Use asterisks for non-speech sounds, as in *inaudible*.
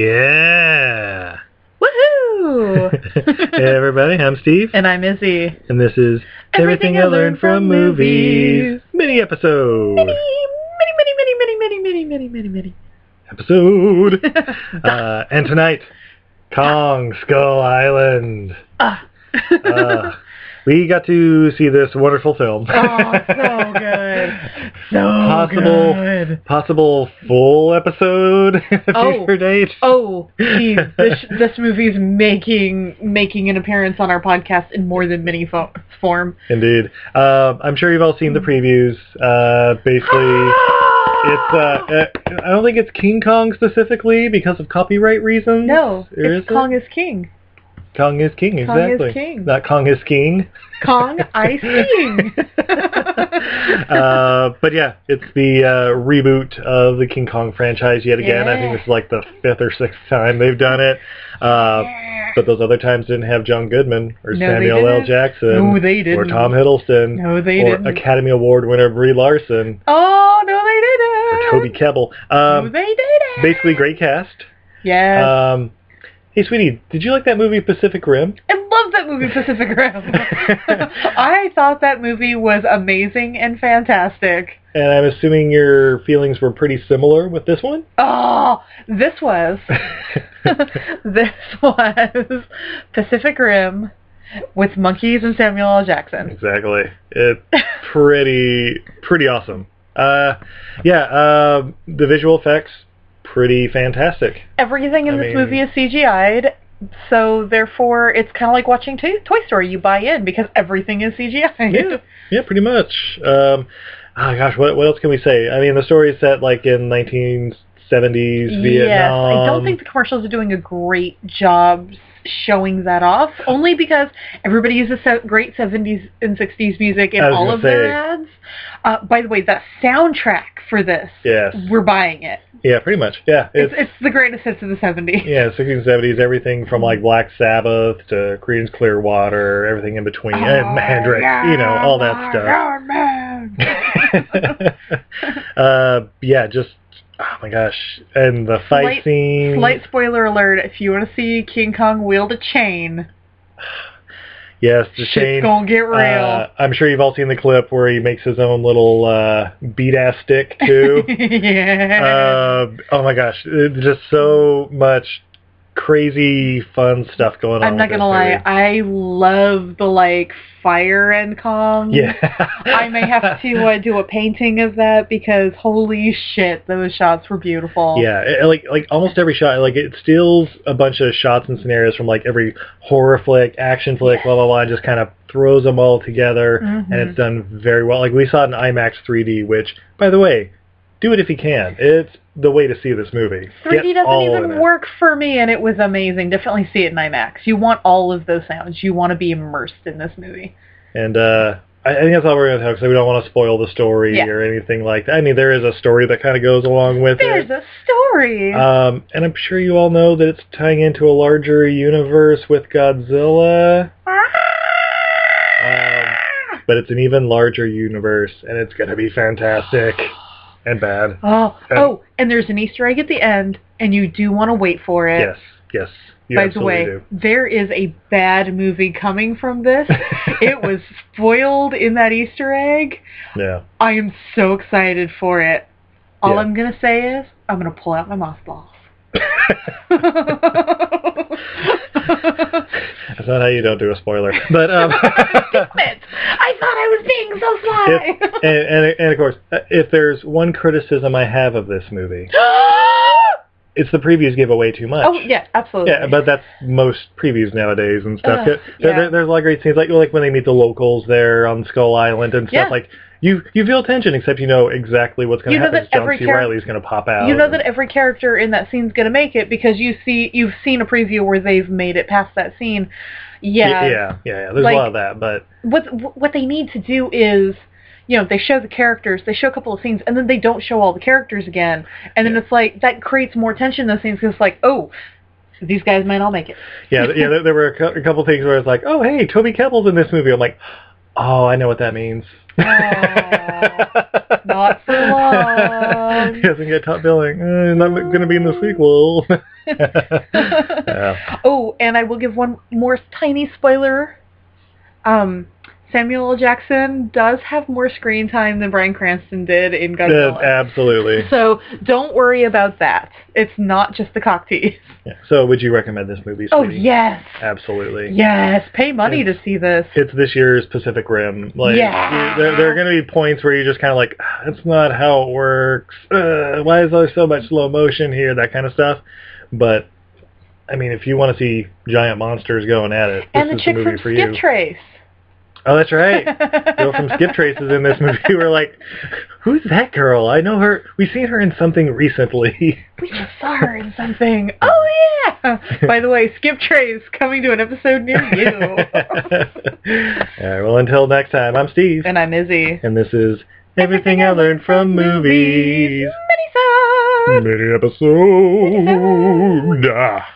Yeah. Woohoo! *laughs* hey everybody, I'm Steve, and I'm Izzy. and this is Everything I Learned from Movies. mini episode. Mini, mini, mini, mini, mini, mini, mini, mini, mini, Episode. *laughs* *laughs* mini. Uh, and tonight, Kong Skull Island. Ah. Uh, we got to see this wonderful film. oh, so good. So Possible- *laughs* good. Possible full episode *laughs* Oh. future date. Oh, Steve, this this movie's making making an appearance on our podcast in more than mini fo- form. *gasps* Indeed. Um, I'm sure you've all seen the Mm. previews. Uh, *gasps* basically, *laughs* it's uh, uh, I don't think it's King Kong specifically because of copyright reasons. no, Or is it's it? Kong is king. Kong is king. Kong is Exactly. king. Not Kong is king. Kong, *laughs* I sing. *laughs* uh, but yeah, it's the uh, reboot of the King Kong franchise yet again. I think Yeah. this is like the fifth or sixth time they've done it. Uh, But those other times didn't have John Goodman or No, they Samuel L. didn't. Jackson no, they or didn't. Tom Hiddleston *laughs* No, they or didn't. Academy Award winner Brie Larson Oh no, they or didn't. Toby Kebbell. no, Um, they didn't. basically, great cast. Yes. Um, hey, sweetie, did you like that movie Pacific Rim? I love that movie, Pacific Rim. I thought that movie was amazing and fantastic. And I'm assuming your feelings were pretty similar with this one. Oh, this was *laughs* this was Pacific Rim with monkeys and Samuel L. Jackson. Exactly. It *laughs* pretty pretty awesome. Uh, yeah, uh, the visual effects pretty fantastic. Everything in I this mean- movie is CGI'd, so therefore it's kind of like watching to- Toy Story. You buy in because everything is CGI'd. Yeah, yeah, pretty much. Um, oh gosh, what what else can we say? I mean, the story is set like in 1970s Yes, Vietnam. I don't think the commercials are doing a great job showing that off. Only because everybody uses se- great seventies and sixties music in I was all gonna of their say. ads. Uh, by the way, the soundtrack for this, Yes. we're buying it. Yeah, pretty much. Yeah, It's, it's, it's the greatest hits of the seventies. yeah, 60s, 70s, everything from like Black Sabbath to Creedence Clearwater, everything in between, Oh, and Mandrake, you know, all that stuff. *laughs* uh, yeah, just oh my gosh, and the fight Slight- scene. *laughs* Slight spoiler alert: If you want to see King Kong wield a chain, yes, the shit's chain. gonna get real. Uh, I'm sure you've all seen the clip where he makes his own little uh, beat ass stick too. *laughs* yeah. uh, oh my gosh, it- just so much crazy fun stuff going on. I'm not with gonna lie, um, this I love the like fire and calm. movie. Yeah. I may *laughs* have to uh, do a painting of that because holy shit, those shots were beautiful. Yeah, it- like like almost every shot, like it steals a bunch of shots and scenarios from like every horror flick, action flick, blah blah blah, and just kind of throws them all together, Mhm. and it's done very well. Like we saw it in IMAX 3D, which by the way, do it if you can. It's the way to see this movie. 3D Get doesn't all in even it. work for me, and it was amazing. Definitely see it in IMAX. You want all of those sounds. You want to be immersed in this movie. And uh, I, I think that's all we're gonna talk because we don't want to spoil the story Yeah. or anything like that. I mean, there is a story that kind of goes along with it. There's a story. Um, and I'm sure you all know that it's tying into a larger universe with Godzilla. Um, but it's an even larger universe, and it's going to be fantastic and bad. oh, and- oh, and there's an Easter egg at the end, and you do want to wait for it. Yes, yes. You By the absolutely way, do. there is a bad movie coming *laughs* from this. it was spoiled in that Easter egg. Yeah. I am so excited for it. All Yeah. I'm gonna say is I'm gonna pull out my mothballs. *laughs* That's not how you don't do a spoiler. *laughs* But um, I thought I was being so If- and, and and of course, uh, if there's one criticism I have of this movie, it's the previews give away too much. *gasps* oh yeah, absolutely. Yeah, but that's most previews nowadays and stuff. Ugh, There- there- yeah. there's a lot of great scenes, like like when they meet the locals there on Skull Island and stuff. Yeah. Like you, you feel tension, except you know exactly what's going You to know happen. that 'cause John every C. char- Riley's going to pop out. you know and- that every character in that scene's gonna make it because you see you've seen a preview where they've made it past that scene. yeah, yeah, yeah, yeah. There's Like- a lot of that, but what what they need to do is you know they show the characters they show a couple of scenes and then they don't show all the characters again and then Yeah. it's like that creates more tension in those scenes because it's like oh these guys might all *laughs* make it. yeah, th- yeah. There, there were a, cou- a couple things where I was like, "Oh, hey, Toby Kebbell's in this movie." I'm like, "Oh, I know what that means." Aw, Ah, not for *laughs* long. he doesn't get top billing. Eh, not going to be in the *laughs* sequel. Yeah. Oh, and I will give one more tiny spoiler. Um, Samuel L. Jackson does have more screen time than Bryan Cranston did in Yeah, Godzilla. absolutely. so don't worry about that. It's not just the cock tease. Yeah. So, would you recommend this movie? Oh sweetie? yes, absolutely. yes. Pay money to see this. It's this year's Pacific Rim. Like, Yeah. you- there, there are going to be points where you're just kind of like, "Ah, "That's not how it works. Uh, why is there so much slow motion here?" That kind of stuff. But, I mean, if you want to see giant monsters going at it, and this is the chick the from movie for you. Skip Trace. oh, that's right. *laughs* girl from Skip Trace is in this movie. *laughs* We're like, who's that girl? I know her. We've seen her in something recently. *laughs* We just saw her in something. Oh yeah. By the way, Skip Trace coming to an episode near *laughs* you. All right, well, until next time, I'm Steve, and I'm Izzy. and this is Everything I Learned from Movies. Many Mini episode. Ah.